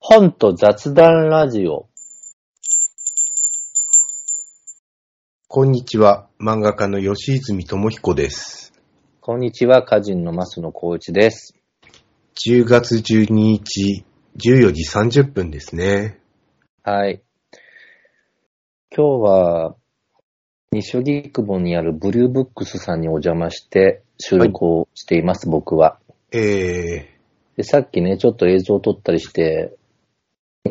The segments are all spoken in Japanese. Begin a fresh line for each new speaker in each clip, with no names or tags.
本と雑談ラジオ。
こんにちは。漫画家の吉泉智彦です。
こんにちは、歌人の増野幸一です。
10月12日、14時30分ですね。
はい。今日は、西荻窪にあるブリューブックスさんにお邪魔して収録をしています、僕は。
え
で、さっきね、ちょっと映像を撮ったりして、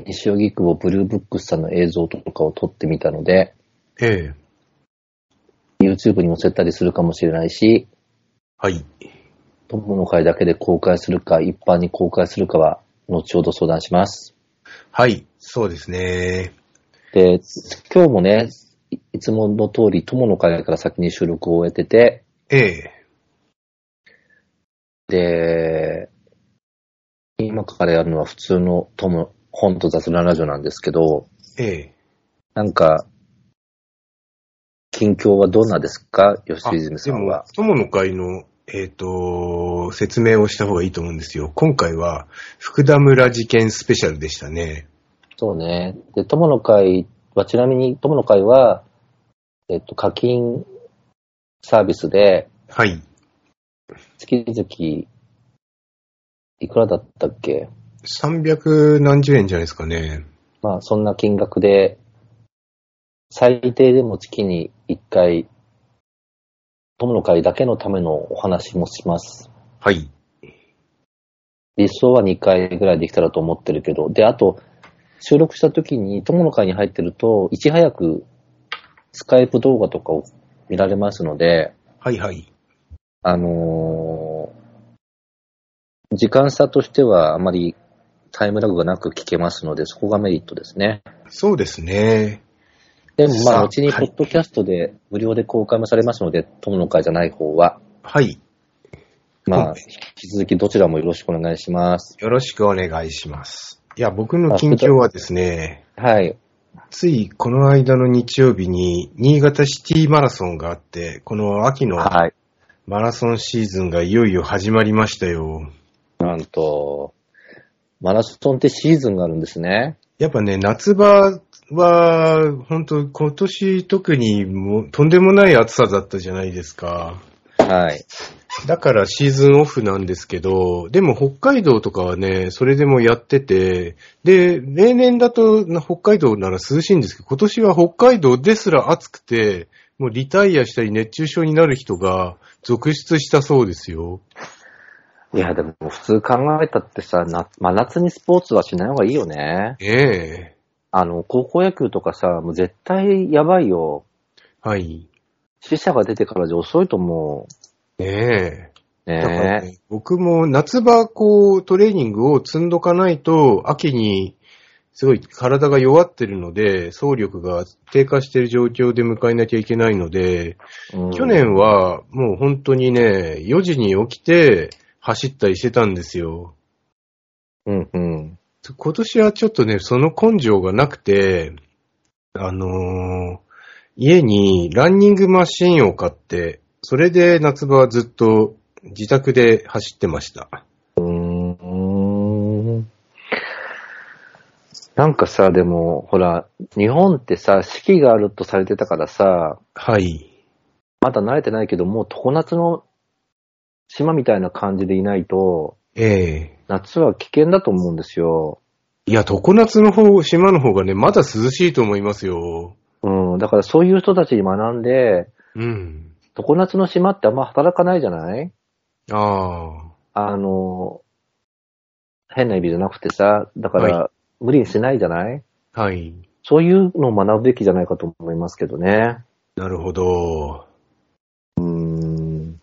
西荻窪ブリューブックスさんの映像とかを撮ってみたので、
ー、えー、
YouTube に載せたりするかもしれないし、
はい。
友の会だけで公開するか、一般に公開するかは、後ほど相談します。
はい、そうですね。
で、今日もね、いいつもの通り、友の会から先に収録を終えてて、
ええ
で、今からやるのは普通の友、本と雑談ラジオなんですけど、
ー、え
なんか、近況はどんなですか
ー。
吉泉さん
あ
は。
でも、友の会の、えっ、と、説明をした方がいいと思うんですよ。今回は、福田村事件スペシャルでしたね。
そうね。で、友の会は、ちなみに友の会は、えっと、課金サービスで、
はい。
月々、いくらだったっけ
300何十円じゃないですかね。
まあ、そんな金額で、最低でも月に1回、友の会だけのためのお話もします。
はい。
理想は2回ぐらいできたらと思ってるけど、で、あと、収録した時に友の会に入ってると、いち早くスカイプ動画とかを見られますので、
はいはい。
あのー時間差としてはあまりタイムラグがなく聞けますので、そこがメリットですね。
そうですね。
でもま
さ
あ、
あ
うちにポッドキャストで無料で公開もされますので、友の会じゃない方は、
はい。
ま
は
あ、
い
引き続きどちらもよろしくお願いします。
よろしくお願いします。いや、僕の近況はですね、
はい。
ついこの間の日曜日に新潟シティマラソンがあって、この秋の
はい。
マラソンシーズンがいよいよ始まりましたよ。
なんと、マラソンってシーズンがあるんですね。
やっぱね、夏場は、本当今年特にもうとんでもない暑さだったじゃないですか。
はい。
だからシーズンオフなんですけど、でも北海道とかはね、それでもやってて、で、例年だとな北海道なら涼しいんですけど、今年は北海道ですら暑くて、もうリタイアしたり熱中症になる人が続出したそうですよ。
いや、でも普通考えたってさ、な真夏にスポーツはしない方がいいよね。
ええ
あの、高校野球とかさ、もう絶対やばいよ。
はい。
死者が出てからじゃ遅いと思
ねえ。
う。
だから
ね
ね僕も夏場こうトレーニングを積んどかないと、秋にすごい体が弱ってるので、走力が低下している状況で迎えなきゃいけないので、
うん
去年はもう本当にね、4時に起きて走ったりしてたんですよ。
うんうん。
今年はちょっとね、その根性がなくて、あのー家にランニングマシンを買って、それで夏場はずっと自宅で走ってました。
うーんなんかさ、でも、ほら、日本ってさ、四季があるとされてたからさ、
はい。
まだ慣れてないけど、もう常夏の島みたいな感じでいないと、
ええ
夏は危険だと思うんですよ。
いや、常夏の方、島の方がね、まだ涼しいと思いますよ。
うん、だからそういう人たちに学んで、
うん。
常夏の島ってあんま働かないじゃない
ああ。
あの、変な意味じゃなくてさ、だから、無理にしないじゃない
はい。
そういうのを学ぶべきじゃないかと思いますけどね。
なるほど。
うーん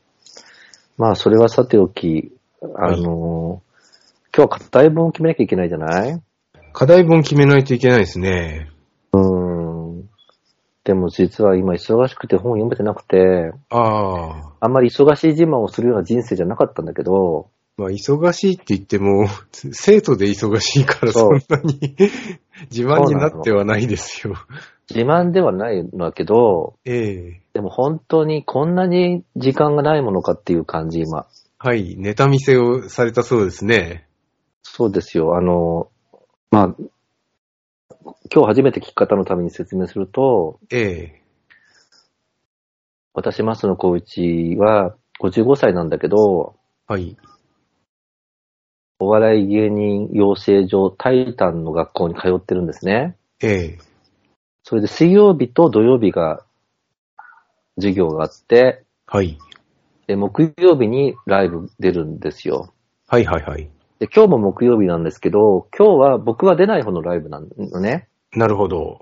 まあ、それはさておき、あの、今日は課題本を決めなきゃいけないじゃない
課題本決めないといけないですね。
うーん。でも実は今忙しくて本読めてなくて、
ああ。
あんまり忙しい自慢をするような人生じゃなかったんだけど、
まあ、忙しいって言っても、 つ生徒で忙しいからそ
そ
ん
う
なに 自慢になってはないですよ。
自慢ではないんだけど、
ええ
でも本当にこんなに時間がないものかっていう感じ、今。
はい。ネタ見せをされたそうですね。
そうですよ。あの、まあ、今日初めて聞く方のために説明すると、
ええ。
私、松野幸一は55歳なんだけど、
はい。
お笑い芸人養成所タイタンの学校に通ってるんですね。
ええ。
それで水曜日と土曜日が授業があって、
はい。
で木曜日にライブ出るんですよ。
はいはいはい。
で今日も木曜日なんですけど、今日は僕は出ない方のライブなのね。
なるほど。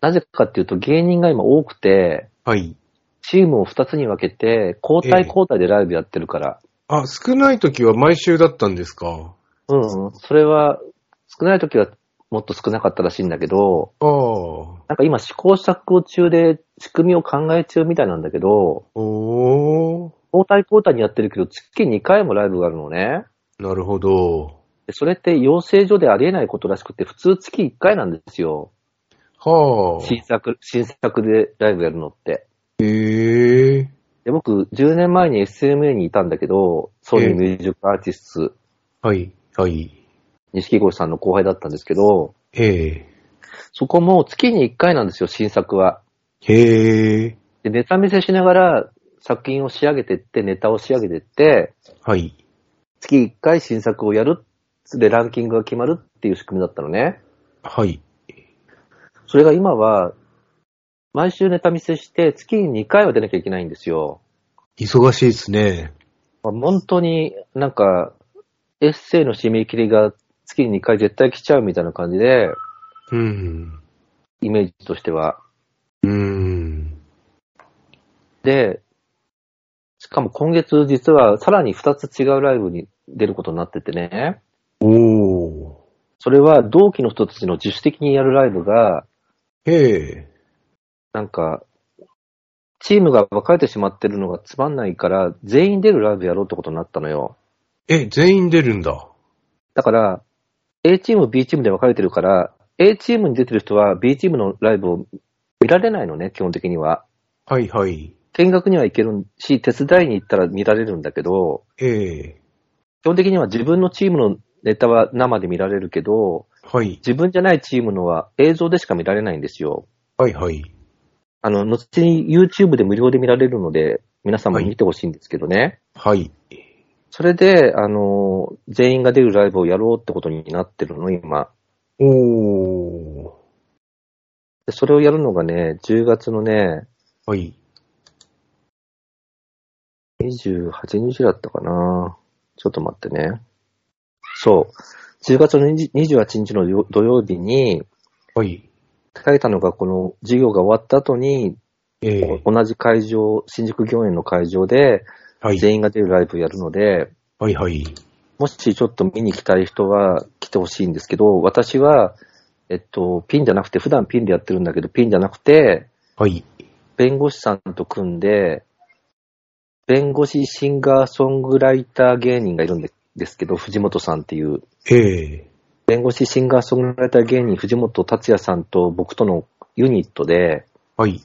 なぜかっていうと芸人が今多くて、
はい。
チームを2つに分けて、交代交代でライブやってるから。
あ、少ない時は毎週だったんですか
うんうん。それは、少ない時はもっと少なかったらしいんだけど、
ああ。お
なんか今試行錯誤中で仕組みを考え中みたいなんだけど、
お
交代交代にやってるけど、月2回もライブがあるのね。
ー。なるほど。
でそれって養成所でありえないことらしくて、普通月1回なんですよ。
はあ。
新作、新作でライブやるのって。
へえ。
で僕、10年前に SMA にいたんだけど、ソニーミュージックアーティスト、
はい。はい。
錦鯉さんの後輩だったんですけど、
ええ。
そこも月に1回なんですよ、新作は。
へえ。
で、ネタ見せしながら作品を仕上げてって、ネタを仕上げてって、
はい。
月1回新作をやる。で、ランキングが決まるっていう仕組みだったのね。
はい。
それが今は、毎週ネタ見せして、月に2回は出なきゃいけないんですよ。
忙しいですね。
まあ本当になんか、エッセイの締め切りが月に2回絶対来ちゃうみたいな感じで、
うん。
イメージとしては。
うん。
で、しかも今月実はさらに2つ違うライブに出ることになっててね。
おー。
それは同期の人たちの自主的にやるライブが、
へえ。
なんか、チームが分かれてしまってるのがつまんないから、全員出るライブやろうってことになったのよ。
え、全員出るんだ。
だから、A チーム、B チームで分かれてるから、A チームに出てる人は B チームのライブを見られないのね、基本的には。
はいはい。
見学には行けるし、手伝いに行ったら見られるんだけど、
ええ。
基本的には自分のチームのネタは生で見られるけど、
はい。
自分じゃないチームのは映像でしか見られないんですよ。
はいはい。
あの、後に YouTube で無料で見られるので、皆さんも見てほしいんですけどね。
はい。
それで、あの、全員が出るライブをやろうってことになってるの、今。
おー。
でそれをやるのがね、10月のね、
はい。
28日だったかな。ちょっと待ってね。そう。10月の20 28日の土曜日に、
はい。
書いたのがこの授業が終わった後に、
ええ。
同じ会場、新宿御苑の会場で
はい。
全員が出るライブやるので、
はいはい。
もしちょっと見に来たい人は来てほしいんですけど、私は、えっと、ピンじゃなくて、普段ピンでやってるんだけど、ピンじゃなくて、
はい。
弁護士さんと組んで、弁護士シンガーソングライター芸人がいるんでですけど、藤本さんっていう、
ええ。
弁護士シンガーソングライター芸人藤本達也さんと僕とのユニットで、
はい。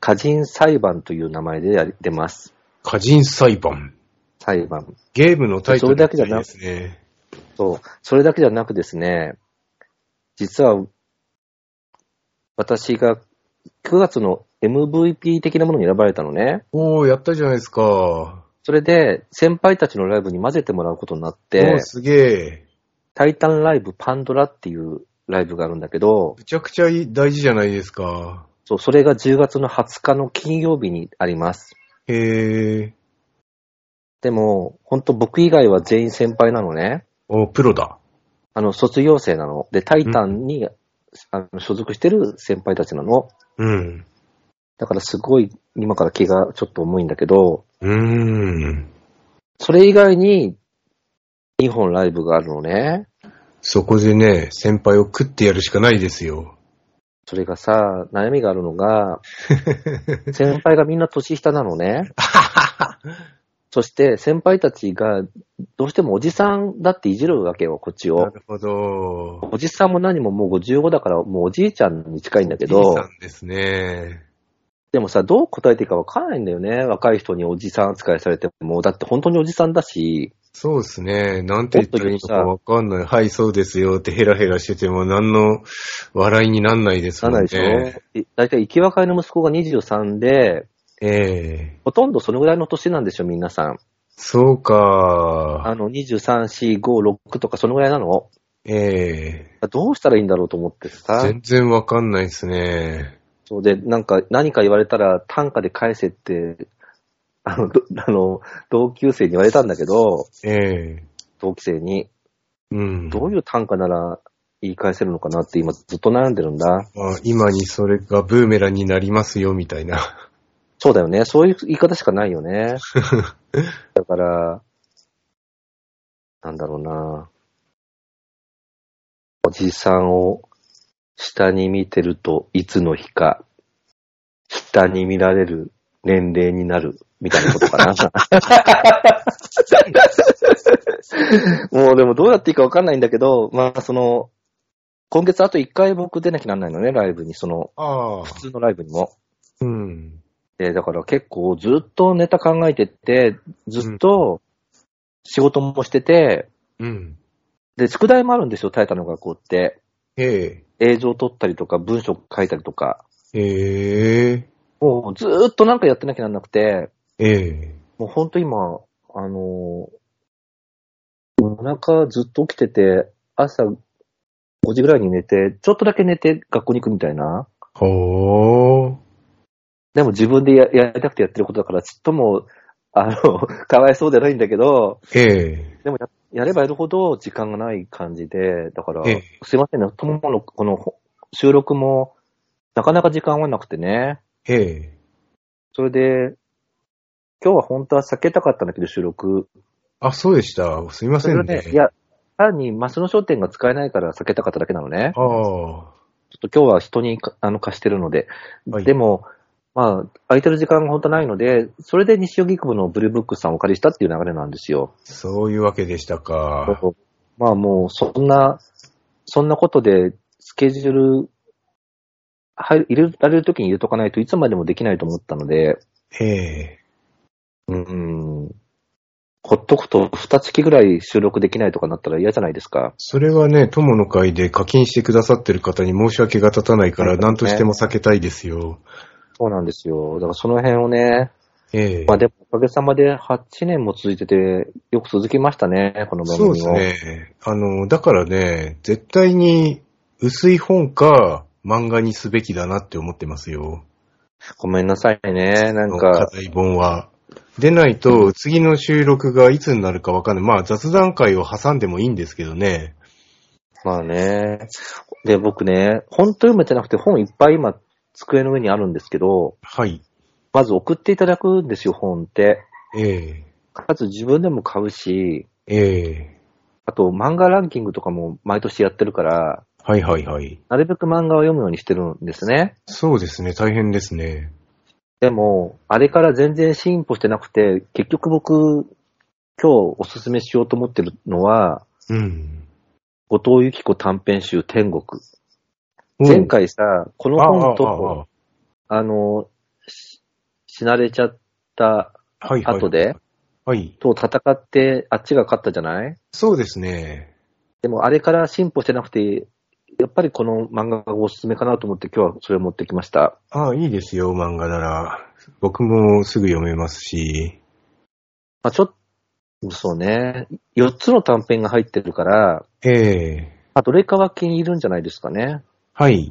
家人裁判という名前でやり出ます。
家人裁判。
裁判。
ゲームのタイト
そ
ル
れだけじゃな
みたいですね。
そう。それだけじゃなくですね、実は、私が9月の MVP 的なものに選ばれたのね。
おー、やったじゃないですか。
それで、先輩たちのライブに混ぜてもらうことになっ
お
て
ー、、すげえ。
タイタンライブパンドラっていうライブがあるんだけど、
むちゃくちゃいい大事じゃないですか。
そう、それが10月の20日の金曜日にあります。
へえ。
でも、ほんと僕以外は全員先輩なのね。
おー、プロだ。
あの、卒業生なの。で、タイタンに、あの所属してる先輩たちなの。
うん。
だからすごい今から気がちょっと重いんだけど、
うーん。
それ以外に2本ライブがあるのね。
そこでね、先輩を食ってやるしかないですよ。
それがさ、悩みがあるの が、先輩がみんな年下なのね。そして先輩たちがどうしてもおじさんだっていじるわけよ、こっち
な
を。
るほど。
おじさんも何ももう55だからもうおじいちゃんに近いんだけ
じい
ど
さ、んですね。
でもさ、どう答えていいかわかんないんだよね。若い人におじさん扱いされても、だって本当におじさんだし、
そうですね。なんて言ったらいいのかわかんない。はい、そうですよってヘラヘラしてても何の笑いになんないです
な
も
ん
ん
な
ね。
いでしょい大体、生き別れの息子が23で、
ええ
ほとんどそのぐらいの年なんですよ、皆さん。
そうか。
あの、23、4、5、6とかそのぐらいなの。
ええ
どうしたらいいんだろうと思ってさ。
全然わかんないですね。
そうで、なんか、何か言われたら単価で返せって、あの、どあの、同級生に言われたんだけど、
ええ
同期生に、
うん。
どういう単価なら言い返せるのかなって今ずっと悩んでるんだ。
まあ今にそれがブーメランになりますよ、みたいな。
そうだよね。そういう言い方しかないよね。だから、なんだろうな。おじさんを下に見てるといつの日か、下に見られる年齢になるみたいなことかな。もうでもどうやっていいかわかんないんだけど、まあその、今月あと1回僕出なきゃなんないのね、ライブに、その、
ああ。
普通のライブにも。
うん。
で、だから結構ずっとネタ考えてって、ずっと仕事もしてて、
うん。
で、宿題もあるんですよ、タイタの学校って。
え
映像撮ったりとか、文章書いたりとか。
えええ
もうずーっとなんかやってなきゃなんなくて、
ええ
もうほんと今、あのーお腹ずっと起きてて、朝5時ぐらいに寝て、ちょっとだけ寝て学校に行くみたいな。
ほー。
でも自分でややりたくてやってることだから、ちっとも、あの、かわいそうじゃないんだけど、
ええ
でもや、やればやるほど時間がない感じで、だから
ええ、
すいませんね、とものこのほ収録も、なかなか時間はなくてね。
ええ
それで、今日は本当は避けたかったんだけど、収録。
あ、そうでした。すいま
そ
せ
れ
ん
は
ね
ね、。いや、単にマスの商店が使えないから避けたかっただけなのね。
ああ。
ちょっと今日は人にかあの貸してるので。
はい
でも、まあ、空いてる時間が本当ないので、それで西荻窪のブルーブックさんをお借りしたっていう流れなんですよ。
そういうわけでしたか。
まあもう、そんな、そんなことで、スケジュール、入る入れられるときに入れとかないといつまでもできないと思ったので、
ええ
うん、ほっとくと二月ぐらい収録できないとかなったら嫌じゃないですか。
それはね、友の会で課金してくださってる方に申し訳が立たないから、
はい
何としても避けたいですよ。
そうなんですよ。だからその辺をね、
ええ
まあでもおかげさまで8年も続いてて、よく続きましたね、この番組
そう
を。
ですね。あの、だからね、絶対に薄い本か漫画にすべきだなって思ってますよ。
ごめんなさいね、なん
課
か、
題本は。でないと、次の収録がいつになるかわかんない。まあ、雑談会を挟んでもいいんですけどね。
まあね。で、僕ね、本当読めてなくて本いっぱい今、机の上にあるんですけど、
はい。
まず送っていただくんですよ、本って。
え
かつ自分でも買うし、
えええ
あと漫画ランキングとかも毎年やってるから、
はいはいはい。
なるべく漫画を読むようにしてるんですね。
そうですね。大変ですね。
でも、あれから全然進歩してなくて、結局僕、今日おすすめしようと思ってるのは、
うん。
後藤由紀子短編集天国。前回さ、この
の
本と、あの、し死なれちゃった
はいはい。
後で、
はい。
と戦って、あっちが勝ったじゃない
そうですね。
でもあれから進歩してなくて、やっぱりこの漫画がおすすめかなと思って今日はそれを持ってきました。
ああ、いいですよ、漫画なら。僕もすぐ読めますし。
まあ、ちょっと、そうね、4つの短編が入ってるから、
ええ
まあ、どれかは気に入るんじゃないですかね。
はい。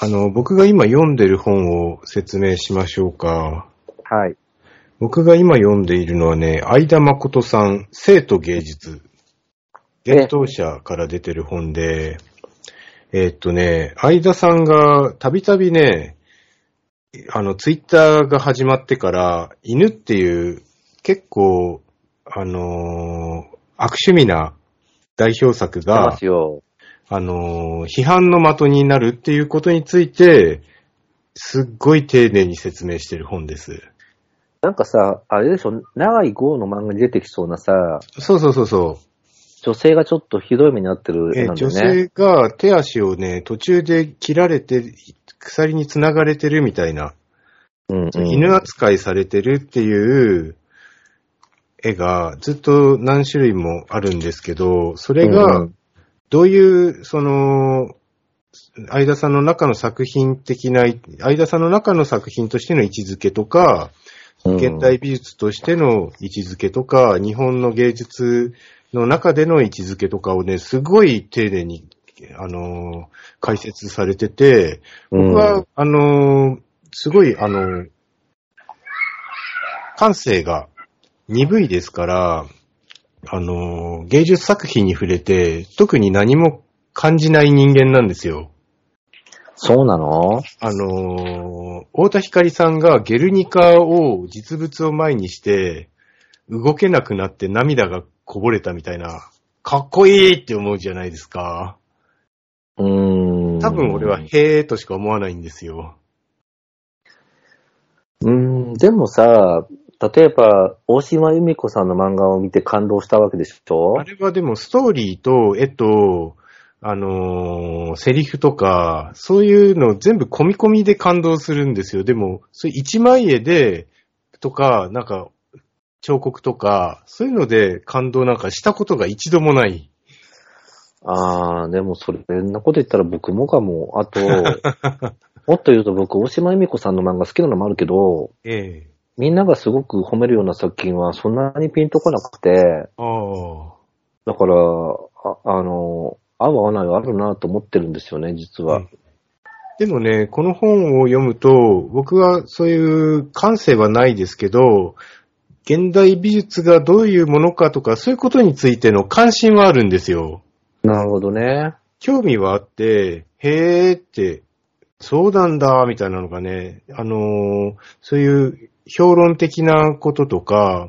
あの、僕が今読んでる本を説明しましょうか。
はい。
僕が今読んでいるのはね、相田誠さん、生と芸術。
え
伝統者から出てる本で、えーっとね、相田さんがたびたびね、あの、ツイッターが始まってから、犬っていう結構、あのー悪趣味な代表作
出
が
ま、すよ。
あのー批判の的になるっていうことについて、すっごい丁寧に説明してる本です。
なんかさ、あれでしょ、長井豪の漫画に出てきそうなさ、
そうそうそうそう。
女性がちょっとひどい目に遭ってる
え
絵
ー
なんだ
女
よね。
性が手足をね、途中で切られて、鎖に繋がれてるみたいな、
うんうん
犬扱いされてるっていう、絵がずっと何種類もあるんですけど、それ
う
が
ん、
どういう、その、相田さんの中の作品的な、相田さんの中の作品としての位置づけとか、
うん
現代美術としての位置づけとか、日本の芸術の中での位置づけとかをね、すごい丁寧に、あのー解説されてて、僕は、
うん
あのーすごい、あのー感性が鈍いですから、あのー芸術作品に触れて、特に何も感じない人間なんですよ。
そうなの
あのー、太田光さんがゲルニカを実物を前にして、動けなくなって涙がこぼれたみたいな、かっこいいって思うじゃないですか。
うーん。
多分俺はへーとしか思わないんですよ。
うん、でもさ、例えば、大島由美子さんの漫画を見て感動したわけでしょ
あれはでもストーリーと絵と、あのーセリフとか、そういうの全部込み込みで感動するんですよ。でも、そういう一枚絵で、とか、なんか、彫刻とか、そういうので感動なんかしたことが一度もない。
ああ、でもそれ、そんなこと言ったら僕もかも。あと、 もっと言うと僕、大島由美子さんの漫画好きなのもあるけど、
ええ。
みんながすごく褒めるような作品はそんなにピンとこなくて、
ああ。
だから、ああの、合う合わないはあるなと思ってるんですよね、実は。
でもね、この本を読むと、僕はそういう感性はないですけど、現代美術がどういうものかとか、そういうことについての関心はあるんですよ。
なるほどね。
興味はあって、へーって、そうなんだ、みたいなのがね、あのーそういう評論的なこととか、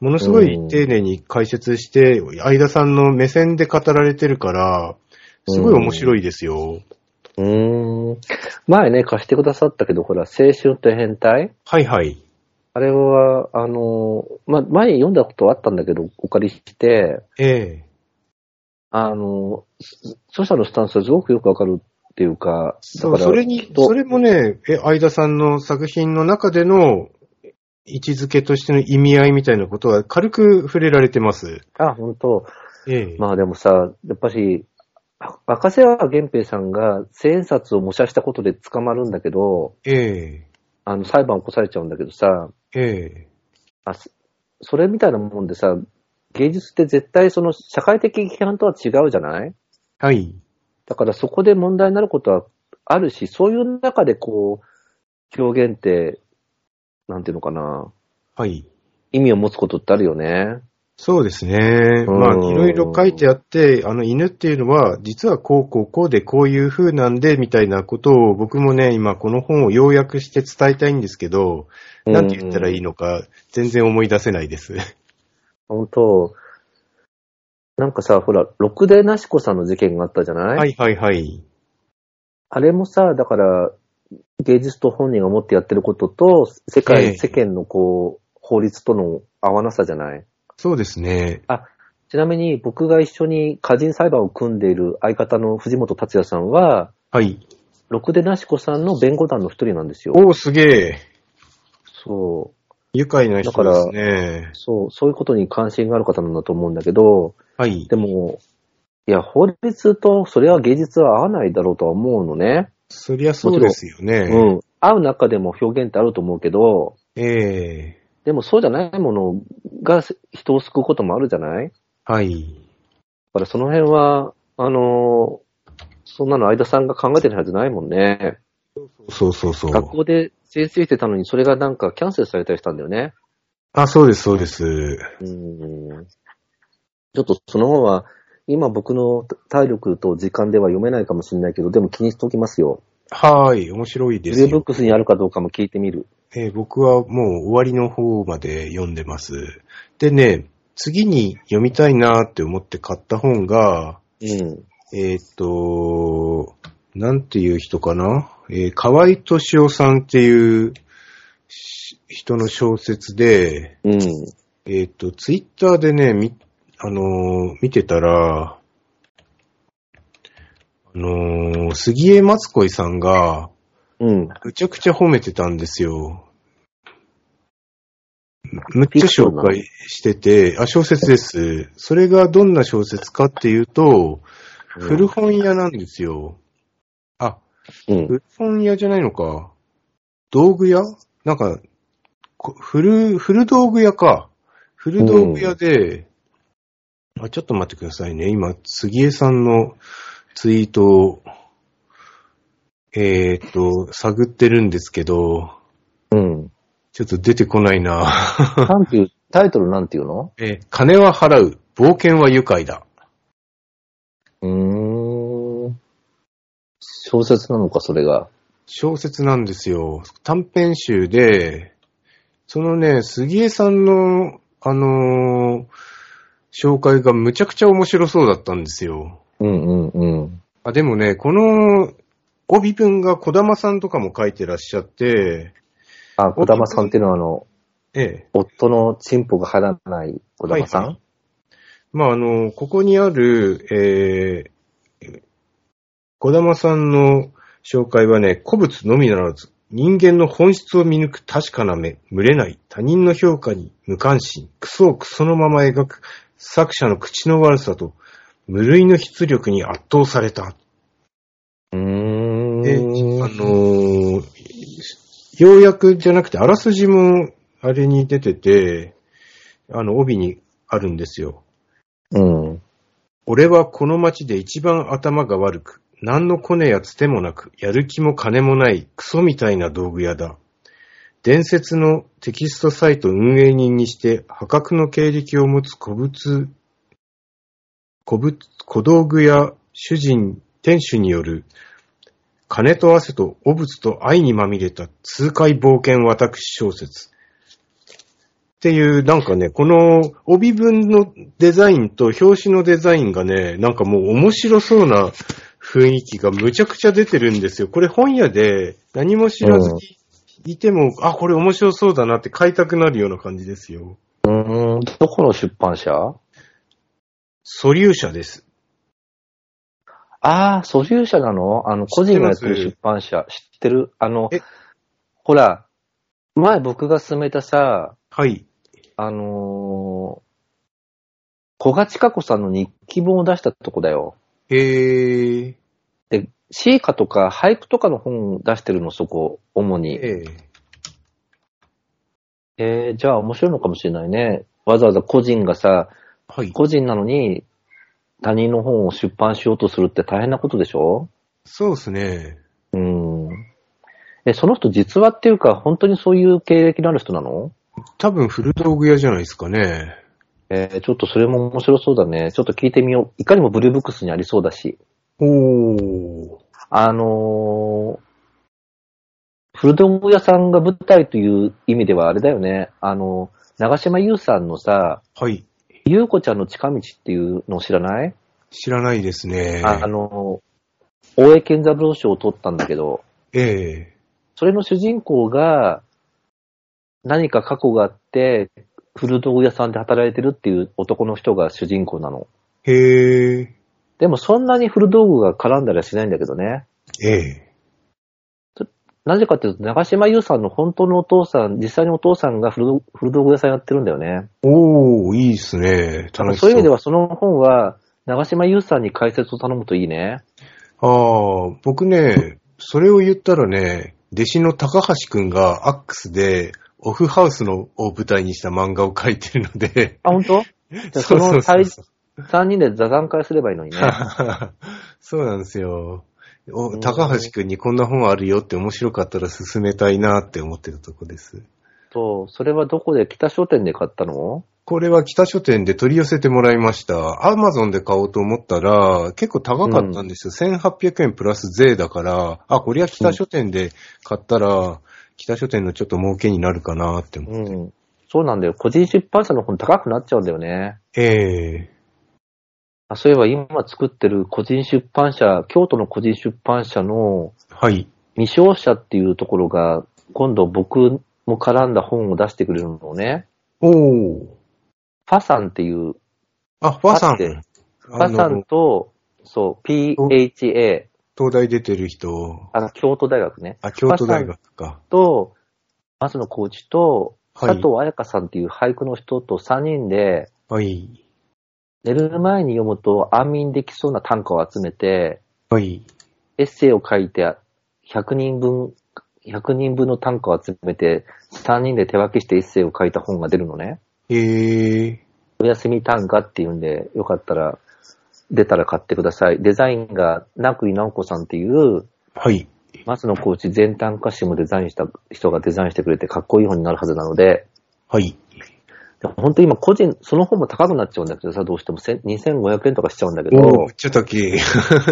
ものすごい丁寧に解説して、相田さんの目線で語られてるから、すごい面白いですよ。
うーん。前ね、貸してくださったけど、ほら、青春と変態
はいはい。
あれは、あの、まあ、前読んだことはあったんだけど、お借りして、
ええ
あの、ソソシャルのスタンスはすごくよくわかるっていうか、だ
そ
か
う、
ら、
それに、それもね、え、相田さんの作品の中での位置づけとしての意味合いみたいなことは軽く触れられてます。
あ、本当
ええ。
まあでもさ、やっぱし、あ赤瀬川源平さんが千円札を模写したことで捕まるんだけど、
ええ。
あの、裁判起こされちゃうんだけどさ、
ええ。
あそそれみたいなもんでさ、芸術って絶対その社会的批判とは違うじゃない
はい。
だからそこで問題になることはあるし、そういう中でこう、表現って、なんていうのかな、
はい。
意味を持つことってあるよね。
そうですね。
うん
まあ、いろいろ書いてあって、あの、犬っていうのは、実はこうこうこうでこういう風なんで、みたいなことを僕もね、今この本を要約して伝えたいんですけど、なんて言ったらいいのか、全然思い出せないです。
本当なんかさ、ほら、六でなしこさんの事件があったじゃない、
はいはいはい。
あれもさ、だから、芸術と本人が思ってやってることと、世界、
ええ
世間のこう、法律との合わなさじゃない
そうですね。
ちなみに僕が一緒に家人裁判を組んでいる相方の藤本達也さんは、
はい。
ろくでなしこさんの弁護団の一人なんですよ。
おお、すげえ。
そう。
愉快な人ですね。
そう、そういうことに関心がある方なんだと思うんだけど、
はい。
でも、いや、法律とそれは芸術は合わないだろうとは思うのね。
そりゃそうですよね。
うん。合う中でも表現ってあると思うけど、
ええ
でもそうじゃないものが人を救うこともあるじゃないだ
はい。
からその辺は、あのーそんなの相田さんが考えてるはずないもんね。
そうそうそう。
学校で先生してたのにそれがなんかキャンセルされたりしたんだよね。
あ、そうです、そうです。
うんちょっとその本は、今僕の体力と時間では読めないかもしれないけど、でも気にしておきますよ。
はーい、面白いで
ビ
す
デオブッ
よ。
クスにあるかどうかも聞いてみる。
えー僕はもう終わりの方まで読んでます。でね、次に読みたいなーって思って買った本が、
うん。
えーっと、なんていう人かなえー河合敏夫さんっていうし人の小説で、
うん。
えっ、と、ツイッターでね、み、あのー見てたら、あのー杉江松恋さんが、
うん。
むちゃくちゃ褒めてたんですよ。うむっちゃ紹介してて、あ、小説です。それがどんな小説かっていうと、古本屋なんですよ。あ、
うん。
古本屋じゃないのか。道具屋なんか、こ古、古道具屋か。古道具屋で、あ、ちょっと待ってくださいね。今、杉江さんのツイートを、えーっと、探ってるんですけど、
うん。
ちょっと出てこないな。
なんていう、タイトルなんていうの
えー金は払う。冒険は愉快だ。
うーん。小説なのか、それが。
小説なんですよ。短編集で、そのね、杉江さんの、あのー紹介がむちゃくちゃ面白そうだったんですよ。
うんうんうん。
あ、でもね、この帯文が小玉さんとかも書いてらっしゃって、
あ、小玉さんっていうのは、あの、
ええ。
夫のチンポが入らない小玉さん、
はいはいまあ、あの、ここにある、えー小玉さんの紹介はね、古物のみならず、人間の本質を見抜く確かな目、群れない、他人の評価に無関心、クソをクソのまま描く、作者の口の悪さと、無類の筆力に圧倒された。
うーん。
で、あのーようやくじゃなくて、あらすじも、あれに出てて、あの、帯にあるんですよ。
うん。
俺はこの町で一番頭が悪く、何のコネやつてもなく、やる気も金もない、クソみたいな道具屋だ。伝説のテキストサイト運営人にして、破格の経歴を持つ古物、古物、小道具屋主人、店主による、金と汗と汚物と愛にまみれた痛快冒険私小説。っていう、なんかね、この帯文のデザインと表紙のデザインがね、なんかもう面白そうな雰囲気がむちゃくちゃ出てるんですよ。これ本屋で何も知らずにいても、あ、これ面白そうだなって買いたくなるような感じですよ。
うーん。どこの出版社
素粒者です。
ああ、所有者なのあの、個人がやってる
知ってます
出版社、知ってるあの
え、
ほら、前僕が勧めたさ、
はい。
あのー、小賀千香子さんの日記本を出したとこだよ。
へえ。
で、シーカとか俳句とかの本を出してるの、そこ、主に。
ええ。
えー、じゃあ面白いのかもしれないね。わざわざ個人がさ、
はい。
個人なのに他人の本を出版しようとするって大変なことでしょ
そうですね。
うん。え、その人実話っていうか、本当にそういう経歴のある人なの
多分古道具屋じゃないですかね。
えーちょっとそれも面白そうだね。ちょっと聞いてみよう。いかにもブルーブックスにありそうだし。
おー。
あのー、古道具屋さんが舞台という意味ではあれだよね。あの、長島優さんのさ、
はい。
優子ちゃんの近道っていうのを知らない
知らないですね。
ああの、大江健三郎賞を取ったんだけど、
え
それの主人公が、何か過去があって、古道具屋さんで働いてるっていう男の人が主人公なの。
え。へえ。
でもそんなに古道具が絡んだりはしないんだけどね。
ええ。
なぜかっていうと、長島優さんの本当のお父さん、実際にお父さんが古道古道具屋さんやってるんだよね。
おー、いいっすね。
だから
楽
そ
しそうう。
いう意味ではその本は、長島優さんに解説を頼むといいね。
ああ、僕ね、それを言ったらね、弟子の高橋くんがアックスで、オフハウスのを舞台にした漫画を描いてるので、
あ、本 当じゃあそ
そうそ
の
うそうそう。
3人で座談会すればいいの にね。
そうなんですよ。
う
お
ん
高橋くんにこんな本あるよって面白かったら進めたいなって思ってるとこです。
そう、それはどこで、北書店で買ったの
これは北書店で取り寄せてもらいました。アマゾンで買おうと思ったら、結構高かったんですよ。1800円プラス税だから、あ、これは北書店で買ったら、北書店のちょっと儲けになるかなって思って。
うん。そうなんだよ。個人出版社の本高くなっちゃうんだよね。
ええ
あそういえば今作ってる個人出版社、京都の個人出版社の
はい。
未商社っていうところが、今度僕も絡んだ本を出してくれるのをね、
おー。
ファさんっていう、
あ、ファさん。
ファってフ
あ
ァさ
の
ん、と、そう、PHA、
東大出てる人。
あの、京都大学ね、
あ、京都大学か。
と、松野コーチと、
はい。
佐藤彩香さんっていう俳句の人と3人で、
はい。
寝る前に読むと安眠できそうな短歌を集めて、
はい。
エッセイを書いて、100人分、100人分の短歌を集めて、3人で手分けしてエッセイを書いた本が出るのね。
ええ
お休み短歌っていうんで、よかったら、出たら買ってください。デザインが、中井直子さんっていう、
はい。
松野コーチ全短歌集もデザインした人がデザインしてくれて、かっこいい本になるはずなので、
はい。
でも本当今個人、その本も高くなっちゃうんだけどさ、どうしてもせん2500円とかしちゃうんだけ
お
ど
お、、ちょっとけ。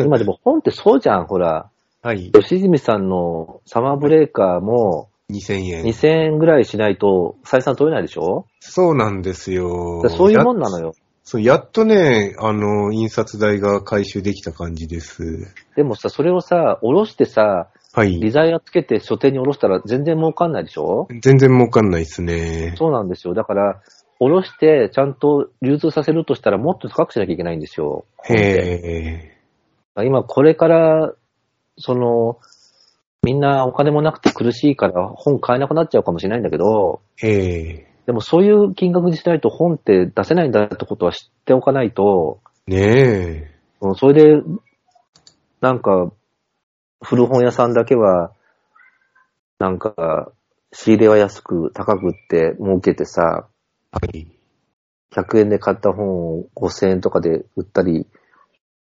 今でも本ってそうじゃん、ほら。
はい。
吉住さんのサマーブレーカーも
2000円。
2000円ぐらいしないと採算取れないでしょ
そうなんですよ
だ。からそういうも
や
んなのよ。
そう、やっとね、あの、印刷代が回収できた感じです。
でもさ、それをさ、下ろしてさ、
は
リ
い。
ザイアつけて書店に下ろしたら全然儲かんないでしょ
全然儲かんないですね。
そうなんですよ。だから、下ろしてちゃんと流通させるとしたらもっと高くしなきゃいけないんですよ。
へえ。
今これから、その、みんなお金もなくて苦しいから本買えなくなっちゃうかもしれないんだけど、
へえ。
でもそういう金額にしないと本って出せないんだってことは知っておかないと、
ねえ。
うんそれで、なんか、古本屋さんだけは、なんか、仕入れは安く、高くって儲けてさ、
はい。
100円で買った本を5000円とかで売ったり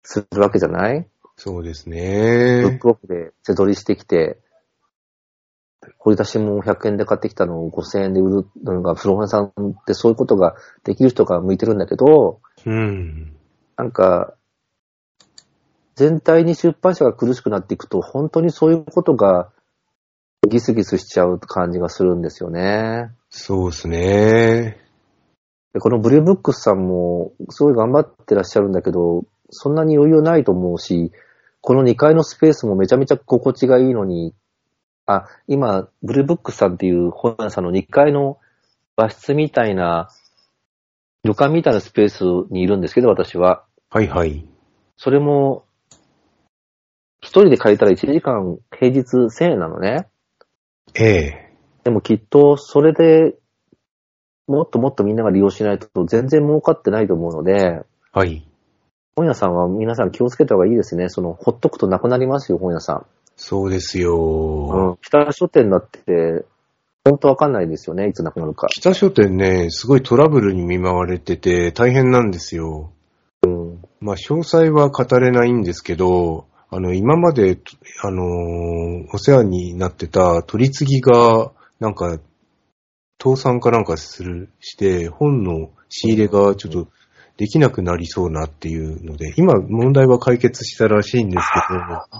するわけじゃない
そうです
ブッ
ね。
クオフで手取りしてきて、掘り出し物を100円で買ってきたのを5000円で売るのが、古本屋さんってそういうことができる人が向いてるんだけど、
うん。
なんか、全体に出版社が苦しくなっていくと、本当にそういうことがギスギスしちゃう感じがするんですよね。
そうですね。
でこのブルーブックスさんも、すごい頑張ってらっしゃるんだけど、そんなに余裕ないと思うし、この2階のスペースもめちゃめちゃ心地がいいのに、あ、今、ブルーブックスさんっていう本屋さんの2階の和室みたいな、旅館みたいなスペースにいるんですけど、私は。
はいはい。
それも、一人で借りたら1時間平日1000円なのね。
ええ。
でもきっとそれでもっともっとみんなが利用しないと全然儲かってないと思うので、
はい。
本屋さんは皆さん気をつけた方がいいですね。その、ほっとくとなくなりますよ、本屋さん。
そうです
う
よ。
ん。北書店だって、本当わかんないですよね、いつなくなるか。
北書店ね、すごいトラブルに見舞われてて大変なんですよ。
うん。
まあ、詳細は語れないんですけど、あの、今まで、あのーお世話になってた取り次ぎが、なんか、倒産かなんかする、して、本の仕入れがちょっとできなくなりそうなっていうので、今問題は解決したらしいんです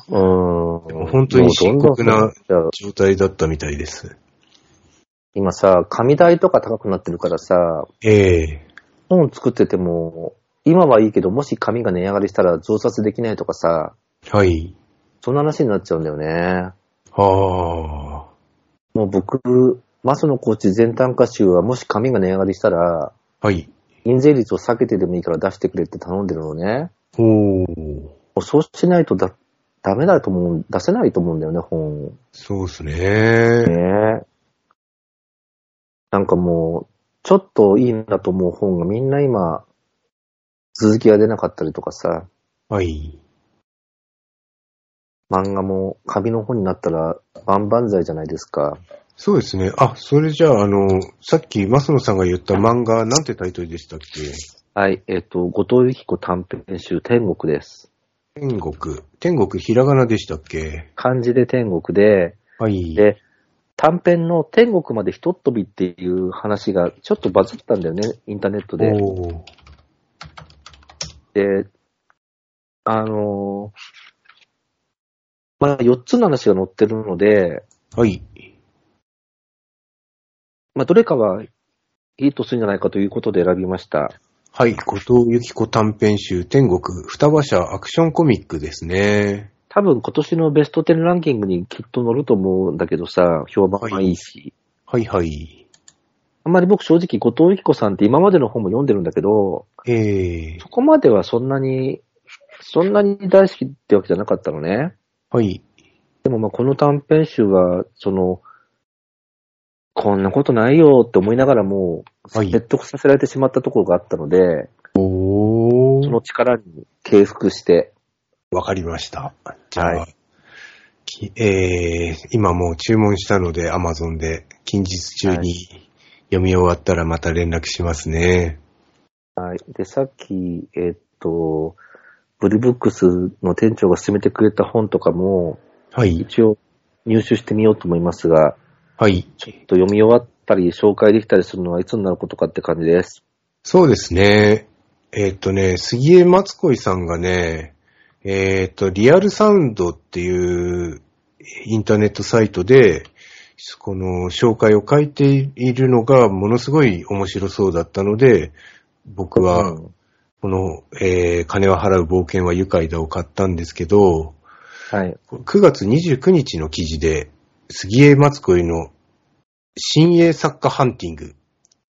けど、
うん。
本当に深刻な
もうどんどんそうなっちゃう
状態だったみたいです。
今さ、紙代とか高くなってるからさ、
ええ
本作ってても、今はいいけど、もし紙が値上がりしたら増刷できないとかさ、
はい。
そんな話になっちゃうんだよね。
はあ。
もう僕、マスのコーチ全単価集はもし紙が値上がりしたら、
はい。
印税率を下げてでもいいから出してくれって頼んでるのね。
おー。
もうそうしないとだ、ダメだと思う、出せないと思うんだよね、本。
そうですね。
ねえ。なんかもう、ちょっといいなと思う本がみんな今、続きが出なかったりとかさ、
はい。
漫画も紙の本になったら万々歳じゃないですか。
そうですね。あ、それじゃあ、あの、さっき、マスノさんが言った漫画、なんてタイトルでしたっけ
はい、えっ、と、後藤由紀子短編集天国です。
天国。天国、ひらがなでしたっけ
漢字で天国で、
はい。
で、短編の天国までひとっ飛びっていう話がちょっとバズったんだよね、インターネットで。
おー
で、あのーまあ、4つの話が載ってるので、
はい。
まあ、どれかはヒットするんじゃないかということで選びました。
はい。後藤由紀子短編集、天国、双葉社アクションコミックですね。
多分今年のベスト10ランキングにきっと載ると思うんだけどさ、評判はいいし。
はいはい。
あんまり僕正直後藤由紀子さんって今までの本も読んでるんだけど、
えー
そ、こまではそんなに、そんなに大好きってわけじゃなかったのね。
はい。
でもまあこの短編集は、その、こんなことないよって思いながらも、
はい
説得させられてしまったところがあったので、
お
その力に敬服して、
わかりました。じゃあ、
は
きえー、今もう注文したので、アマゾンで、近日中
は
に読み終わったらまた連絡しますね。
はい。で、さっき、えっと、ブリブックスの店長が勧めてくれた本とかも、
はい。
一応入手してみようと思いますが、
はい。
と読み終わったり紹介できたりするのはいつになることかって感じです。
そうですね。えーっ、とね、杉江松恋さんがね、えーっ、と、リアルサウンドっていうインターネットサイトで、この紹介を書いているのがものすごい面白そうだったので、僕は
うん
この、えー金は払う冒険は愉快だを買ったんですけど、
はい。
9月29日の記事で、杉江松恋の新鋭作家ハンティング、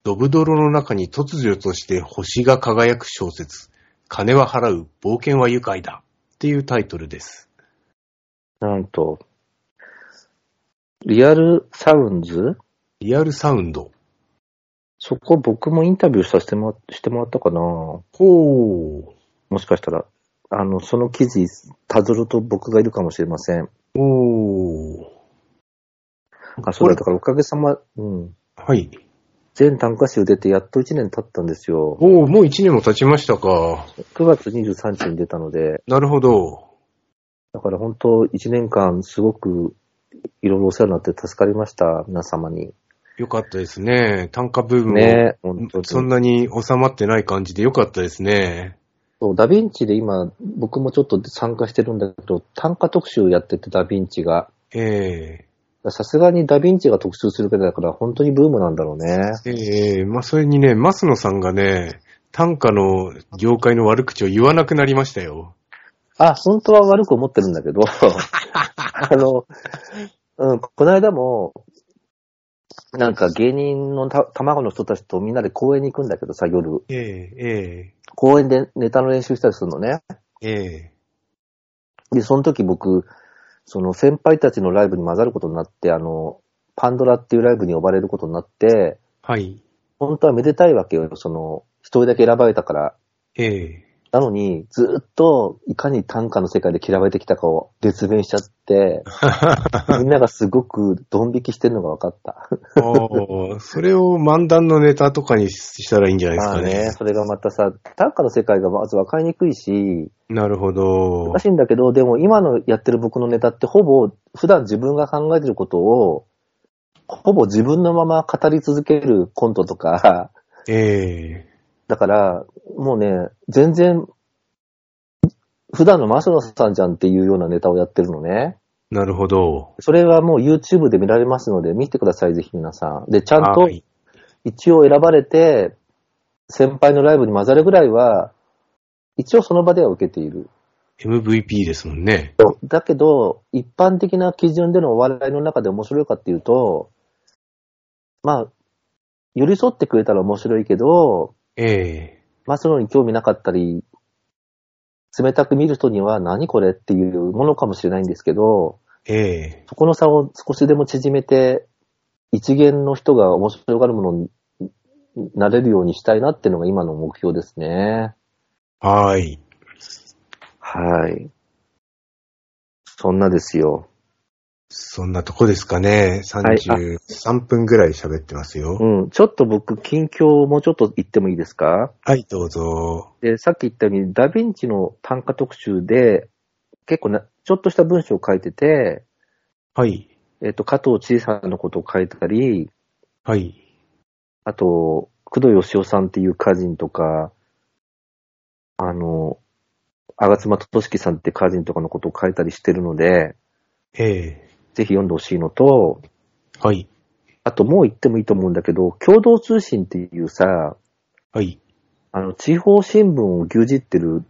ドブ泥の中に突如として星が輝く小説、金は払う冒険は愉快だっていうタイトルです。
なんと、リアルサウンズ
リアルサウンド。
そこ僕もインタビューさせてもらしてもらったかなも
ほう。
しかしたら。あの、その記事、たどると僕がいるかもしれません。
おー。
あ、そうだ、だからおかげさま、うん。
はい。
全単価集出てやっと1年経ったんですよ。
おー、もう1年も経ちましたか。
9月23日に出たので、
なるほど。
だから本当1年間すごくいろいろお世話になって助かりました、皆様に。
よかったですね。単価ブームも
ね本当に。
そんなに収まってない感じでよかったですね。
そうダヴィンチで今、僕もちょっと参加してるんだけど、単価特集やっててダヴィンチが。
え
さすがにダヴィンチが特集するくらいだから、本当にブームなんだろうね。
えええまあ、それにね、マスノさんがね、短歌の業界の悪口を言わなくなりましたよ。
あ、本当は悪く思ってるんだけど、 あの、うん、この間も、なんか芸人のた卵の人たちとみんなで公園に行くんだけどさ、夜。
えええ
公園でネタの練習したりするのね。
ええ
で、その時僕、その先輩たちのライブに混ざることになって、あの、パンドラっていうライブに呼ばれることになって、
はい、
本当はめでたいわけよ。その、一人だけ選ばれたから。
ええ
なのに、ずっと、いかに短歌の世界で嫌われてきたかを熱弁しちゃ って、みんながすごくドン引きしてるのが分かった。
おーそれを漫談のネタとかにしたらいいんじゃないです
ま
か
あ
ね。
ね、それがまたさ、短歌の世界がまず分かりにくいし、
なるほど
難。しいんだけど、でも今のやってる僕のネタってほぼ普段自分が考えてることを、ほぼ自分のまま語り続けるコントとか、
え
だから、もうね、全然、普段のマスノさんじゃんっていうようなネタをやってるのね。
えなるほど。
それはもう YouTube で見られますので、見てください、ぜひ皆さん。で、ちゃんと
はい
一応選ばれて、先輩のライブに混ざるぐらいは、一応その場では受けている。
MVP ですもんね。
だけど、一般的な基準でのお笑いの中で面白いかっていうと、まあ、寄り添ってくれたら面白いけど、
え
まあ、そのに興味なかったり、冷たく見る人には何これっていうものかもしれないんですけど、
ええ
そこの差を少しでも縮めて、一元の人が面白がるものになれるようにしたいなっていうのが今の目標ですね。
えはい。
はい。そんなですよ。
そんなとこですか
い
ね。33分ぐらい喋ってますよ。
うん。ちょっと僕、近況をもうちょっと言ってもいいですか
はい、どうぞ。
で、さっき言ったように、ダヴィンチの短歌特集で、結構な、ちょっとした文章を書いてて、
はい。
えっ、と、加藤千里さんのことを書いてたり、
はい。
あと、工藤義雄さんっていう歌人とか、あの、吾妻俊樹さんって歌人とかのことを書いたりしてるので、
ええ
ぜひ読んでほしいのと、
はい。
あともう言ってもいいと思うんだけど、共同通信っていうさ、
はい。
あの、地方新聞を牛耳ってる、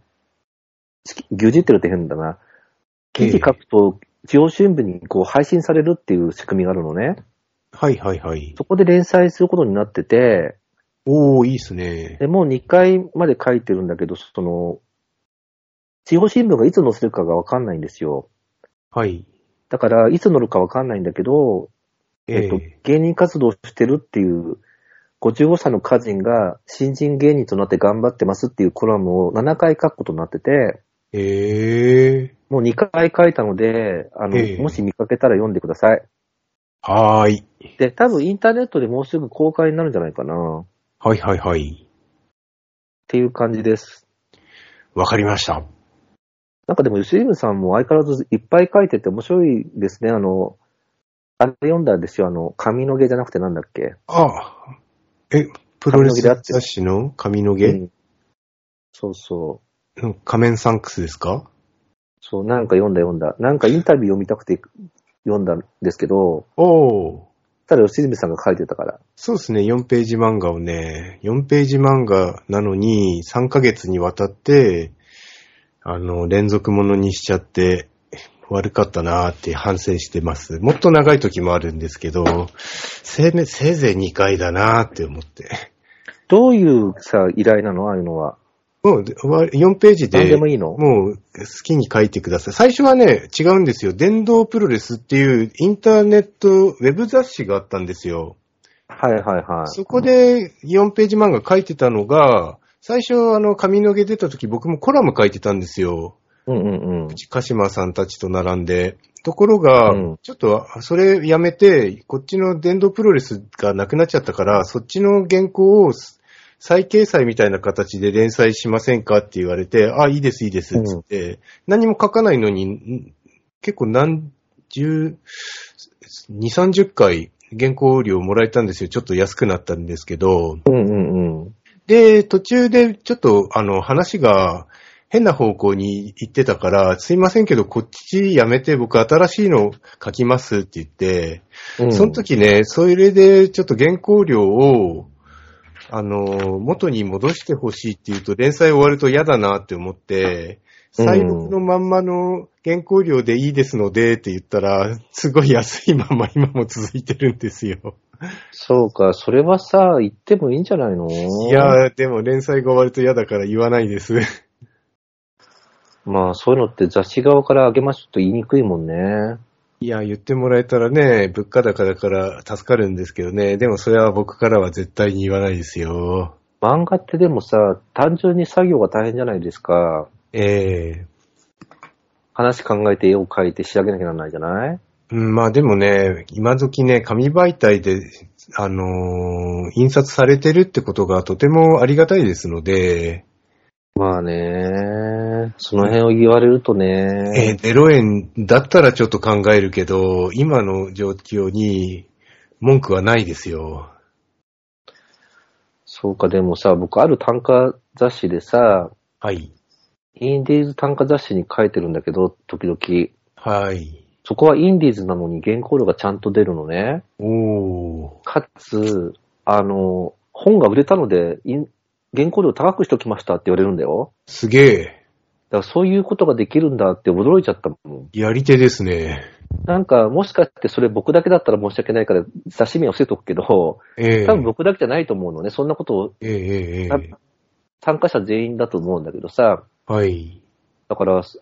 つき牛耳ってるって変だな。記事書くと、地方新聞にこう配信されるっていう仕組みがあるのね。
はい、はい、はい。
そこで連載することになってて、
おー、いいっすね。
でもう2回まで書いてるんだけど、その、地方新聞がいつ載せるかがわかんないんですよ。
はい。
だから、いつ載るかわかんないんだけど、えっと
え、
芸人活動をしてるっていう、55歳の歌人が新人芸人となって頑張ってますっていうコラムを7回書くことになってて、
ええ
もう2回書いたので、あの、
ええ
もし見かけたら読んでください。
ーはーい。
で、多分インターネットでもうすぐ公開になるんじゃないかなっ
はいはいはい。
ていう感じです。
わかりました。
なんかでも、吉純さんも相変わらずいっぱい書いてて面白いですね。あの、あれ読んだんですよ。あの、髪の毛じゃなくてなんだっけ。
あ、え、プロレス
髪の毛で合ってる
雑誌の髪の毛、
うんそうそう。
仮面サンクスですか
そう、なんか読んだ読んだ。なんかインタビュー読みたくて読んだんですけど、
おー。
ただ吉純さんが書いてたから。
そうですね、4ページ漫画をね、4ページ漫画なのに、3ヶ月にわたって、あの、連続ものにしちゃって、悪かったなーって反省してます。もっと長い時もあるんですけど、せいめせいぜい2回だなーって思って。
どういうさ、依頼なのああいうのは。
もう、4ページ
何
で
で、もいいの
もう好きに書いてください。最初はね、違うんですよ。電動プロレスっていうインターネットウェブ雑誌があったんですよ。
はいはいはい。
そこで4ページ漫画書いてたのが、最初あの髪の毛出た時僕もコラム書いてたんですよ。
うんうんうん。
鹿島さんたちと並んで。ところが、
うん
ちょっとそれやめて、こっちの電動プロレスがなくなっちゃったから、そっちの原稿を再掲載みたいな形で連載しませんかって言われて、あ、いいですいいですっつって、何も書かないのに、ん結構何十、二、三十回原稿料もらえたんですよ。ちょっと安くなったんですけど、
うんうんうん。
で、途中でちょっとあの話が変な方向に行ってたから、すいませんけどこっちやめて僕新しいの書きますって言って、
うん、
その時ね、それでちょっと原稿料を、あの、元に戻してほしいっていうと、連載終わると嫌だなって思って、
うん
最後のまんまの原稿料でいいですのでって言ったら、すごい安いまま今も続いてるんですよ。
そうか、それはさ、言ってもいいんじゃないの
い
い、
やー、でも連載が終わると嫌だから言わないです。
まあそういうのって雑誌側からあげましょうと言いにくいもんね。
いや、言ってもらえたらね、物価高だから助かるんですけどね、でもそれは僕からは絶対に言わないですよ。
漫画ってでもさ、単純に作業が大変じゃないですか。
ええ
話考えて絵を描いて仕上げなきゃならないじゃない
うんまあでもね、今時ね、紙媒体で、あのー印刷されてるってことがとてもありがたいですので、
まあね、その辺を言われると
え
ね、
ー、0円だったらちょっと考えるけど、今の状況に文句はないですよ。
そうか、でもさ、僕ある単価雑誌でさ、
はい。
インディーズ単価雑誌に書いてるんだけど、時々。
はい。
そこはインディーズなのに原稿料がちゃんと出るのね。
おー。
かつ、あの、本が売れたので、イン原稿料高くしときましたって言われるんだよ。
すげえ。
だからそういうことができるんだって驚いちゃったもん。
やり手ですね。
なんか、もしかしてそれ僕だけだったら申し訳ないから、刺身は伏せとくけど、多
ええ
分僕だけじゃないと思うのね。そんなことを
えええええ
あ
え
参加者全員だと思うんだけどさ、
はい。
だから、そ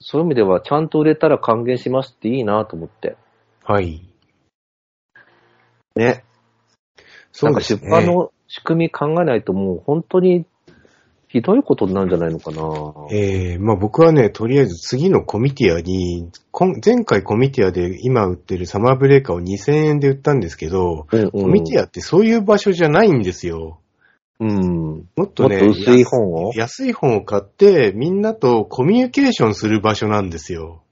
そういう意味では、ちゃんと売れたら還元しますっていいなと思って。
はい。
ね。なんか出版の仕組み考えないともう本当にひどいことになるんじゃないのかな。
ええまあ僕はね、とりあえず次のコミティアに、こん前回コミティアで今売ってるサマーブレーカーを2000円で売ったんですけど、コ
コ
ミティアってそういう場所じゃないんですよ。
うん。
もっとね、
もっと薄い本を
安安い本を買って、みんなとコミュニケーションする場所なんですよ。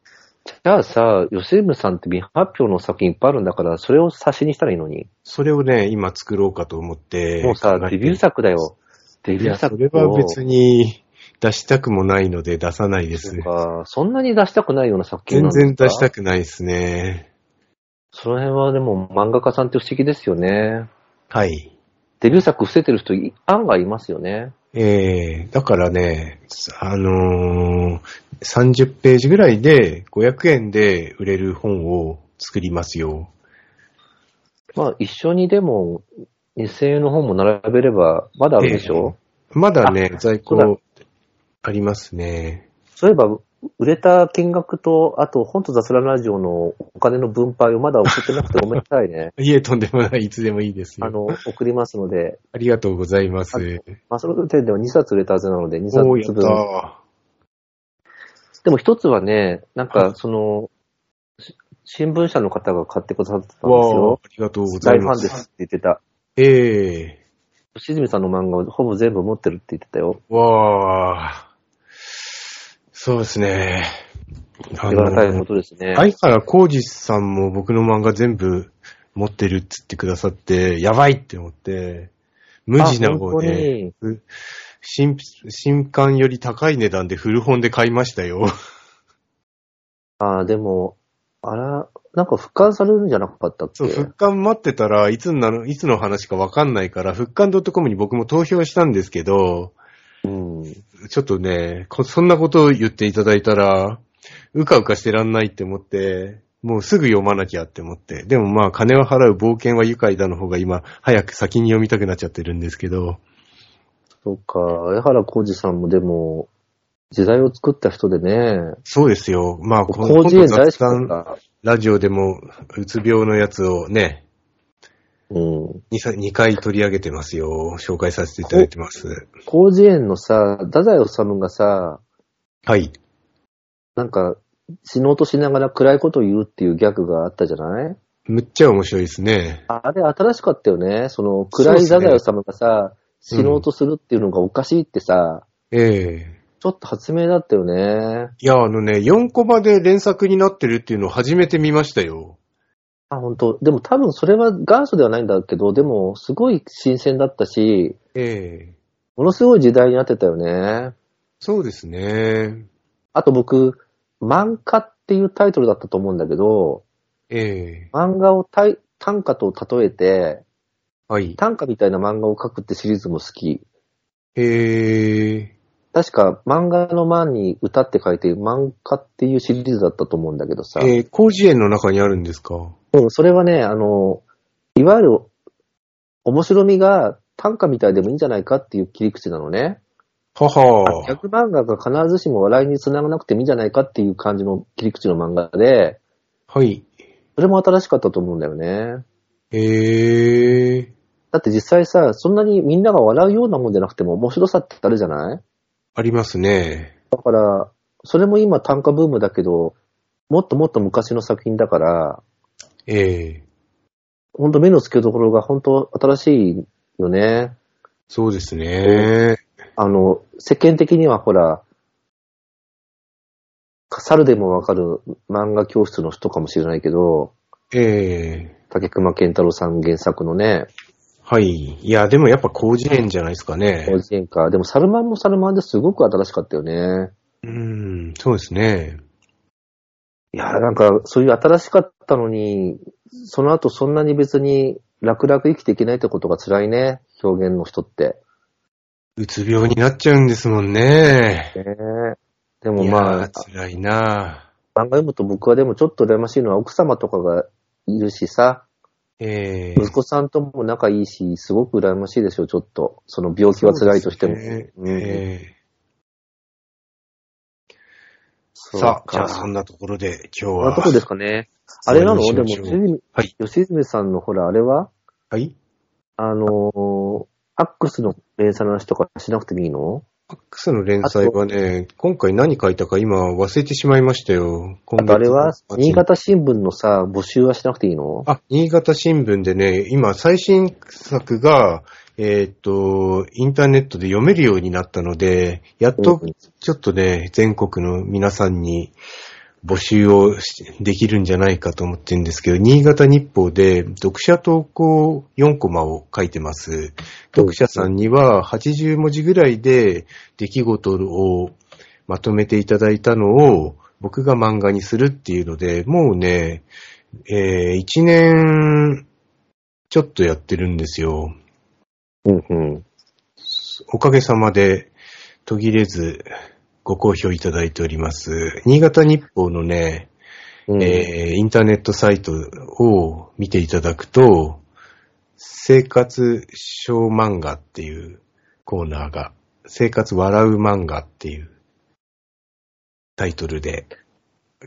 じゃあさ、吉住さんって未発表の作品いっぱいあるんだから、それを差しにしたらいいのに。
それをね、今作ろうかと思って。
もうさ、
考えて
デビュー作だよ。デ
い
ビュ
や、
ー作
そ
を
れは別に出したくもないので出さないで
そ
す
う。かそんなに出したくないような作品な
全
んですか
然出したくないですね。
その辺はでも漫画家さんって不思議ですよね。
はい。
デビュー作伏せてる人い案外いますよね。
ええだからね、あのー30ページぐらいで500円で売れる本を作りますよ。
まあ一緒にでも2000円の本も並べればまだあるでしょ、
まだね、
あ
在
そう
庫ありますね。。
そういえば売れた金額と、あと、本と雑談ラジオのお金の分配をまだ送ってなくてごめんなさいね
いえ、とんでもない、いつでもいいですよ。
あ
あ
の、送りますので、
りがとうございます。
あまあ、その点では2冊売れたはずなので、2
おー、や
冊分。
っ
でも一つはね、なんか、その、し新聞社の方が買ってくださって
た
た
ー。
んです
わあ、あ
よ。
りがとうござ
大
い
ファ
ま
ン
す。
ですって言ってた。
ええ
吉住さんの漫画をほぼ全部持ってるって言ってたよ。
わあ、そうですね。あ
手がたいこ
の、
とですね。
相原浩二さんも僕の漫画全部持ってるっつってくださって、やばいって思って、無地な
あ
を
本当に
ね、新、新刊より高い値段で古本で買いまし たよ。
あー、でも、あら、なんか復刊されるんじゃなかったっけ
そう、復刊待ってたらいつになる、いつの話かわかんないから、復刊 .com に僕も投票したんですけど、
うん。
ちょっとね、こそんなことを言っていただいたら、うかうかしてらんないって思って、もうすぐ読まなきゃって思って。でもまあ、金を払う冒険は愉快だの方が今、早く先に読みたくなっちゃってるんですけど。
そうか、江原浩二さんもでも、時代を作った人でね、
そうですよ。まあ、この
工事園大好きだっ
今度雑談
た。
ラジオでも、うつ病のやつをね、
うん。
2, さ二回取り上げてますよ。紹介させていただいてます。
工事園のさ、太宰治がさ、
はい。
なんか、死のうとしながら暗いことを言うっていうギャグがあったじゃない
むっちゃ面白いですね。
あれ新しかったよね。その、暗い
そう
太
っすね
宰治がさ、死のうとするっていうのがおかしいってさ、
ええ
ちょっと発明だったよね。
いや、あのね、4コマで連作になってるっていうのを初めて見ましたよ。
あ、本当でも多分それは元祖ではないんだけど、でもすごい新鮮だったし、
ええ
ものすごい時代に合ってたよね。
そうですね。
あと僕、漫画っていうタイトルだったと思うんだけど、
ええ
漫画をたい短歌と例えて、
はい。
短歌みたいな漫画を描くってシリーズも好き。
ええ
確か漫画の漫に歌って書いて、漫画っていうシリーズだったと思うんだけどさ、
ええ工事園の中にあるんですか
うん、それはね、あの、いわゆる面白みが短歌みたいでもいいんじゃないかっていう切り口なのね。
はは。
逆漫画が必ずしも笑いにつながなくてもいいんじゃないかっていう感じの切り口の漫画で、
はい。
それも新しかったと思うんだよね。
ええ
だって実際さ、そんなにみんなが笑うようなもんじゃなくても面白さってあるじゃない
ありますね。
だから、それも今単価ブームだけど、もっともっと昔の作品だから、
ええ
ほんと目の付けどころが本当新しいよね。
そうですね。
あの、世間的にはほら、猿でもわかる漫画教室の人かもしれないけど、
ええ
竹熊健太郎さん原作のね、
はい。いや、でもやっぱ工事園じゃないですかね。
幼稚園か。でも、サルマンもサルマンですごく新しかったよね。
うん、そうですね。
いや、なんか、そういう新しかったのに、その後そんなに別に楽々生きていけないってことが辛いね、表現の人って。
うつ病になっちゃうんですもんね。
ねでもま
い
あ
や、辛いな。
漫画読むと僕はでもちょっと羨ましいのは奥様とかがいるしさ、
ええ
息子さんとも仲いいし、すごく羨ましいでしょ、ちょっと。その病気は辛いとしても。
そうです
うん
ねええ
そう
さあ、
か
じゃあそんなところで今日
こんな
は。
とこですかね。あれなの
終
で
わ
も
りにしましょうはい
吉住さんのほら、あれは
はい。
あのーアックスの連載の話とかしなくてもいいの
ファックスの連載はね、今回何書いたか今忘れてしまいましたよ。今
あとあれは、新
潟。
潟新聞のさ、募集はしなくていいの
あ、新潟新聞でね、今最新作が、えーっと、インターネットで読めるようになったので、やっと
うん
ちょっとね、全国の皆さんに募集をしできるんじゃないかと思ってるんですけど、新潟日報で読者投稿4コマを書いてます。読者さんには80文字ぐらいで出来事をまとめていただいたのを僕が漫画にするっていうので、もうね、え1年ちょっとやってるんですよ。
うんうん。
おかげさまで途切れずご好評いただいております。新潟日報のね、
うん
えーインターネットサイトを見ていただくと、生活小漫画っていうコーナーが、生活笑う漫画っていうタイトルで。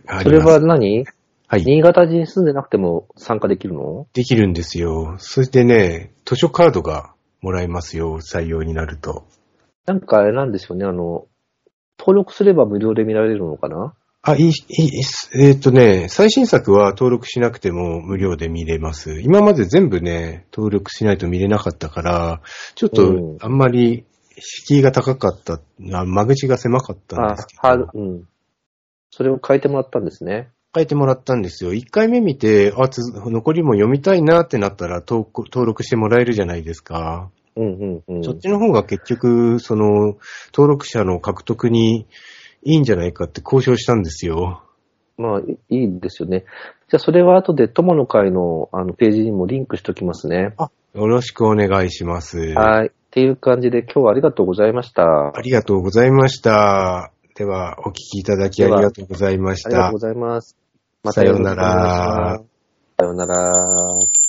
あ
それ
ります
は何
はい。
新潟に住んでなくても参加できるの
できるんですよ。そしてね、図書カードがもらえますよ。採用になると。
なんかあれなんですよね、あの、登録すれば無料で見られるのかな
あ、いい、いい、えーっとね、最新作は登録しなくても無料で見れます。今まで全部ね、登録しないと見れなかったから、ちょっ
うん
とあんまり敷居が高かった、あ間口が狭かったん
あ
ですけ、
は
ど、
うん。それを変えてもらったんですね。
変えてもらったんですよ。1回目見て、あ、つ残りも読みたいなってなったら登録登録してもらえるじゃないですか。
うんうんうん。
そっちの方が結局、その、登録者の獲得にいいんじゃないかって交渉したんですよ。
まあ、いいいですよね。じゃあ、それは後で友の会のあのページにもリンクしときますね。
よろしくお願いします。
はい。っていう感じで、今日はありがとうございました。あ
ありがとうございました。では、お聞きいただきありがとうございまし
りがと
た
うご。ざいます。
さようなら
よろしくお願いします。さようなら。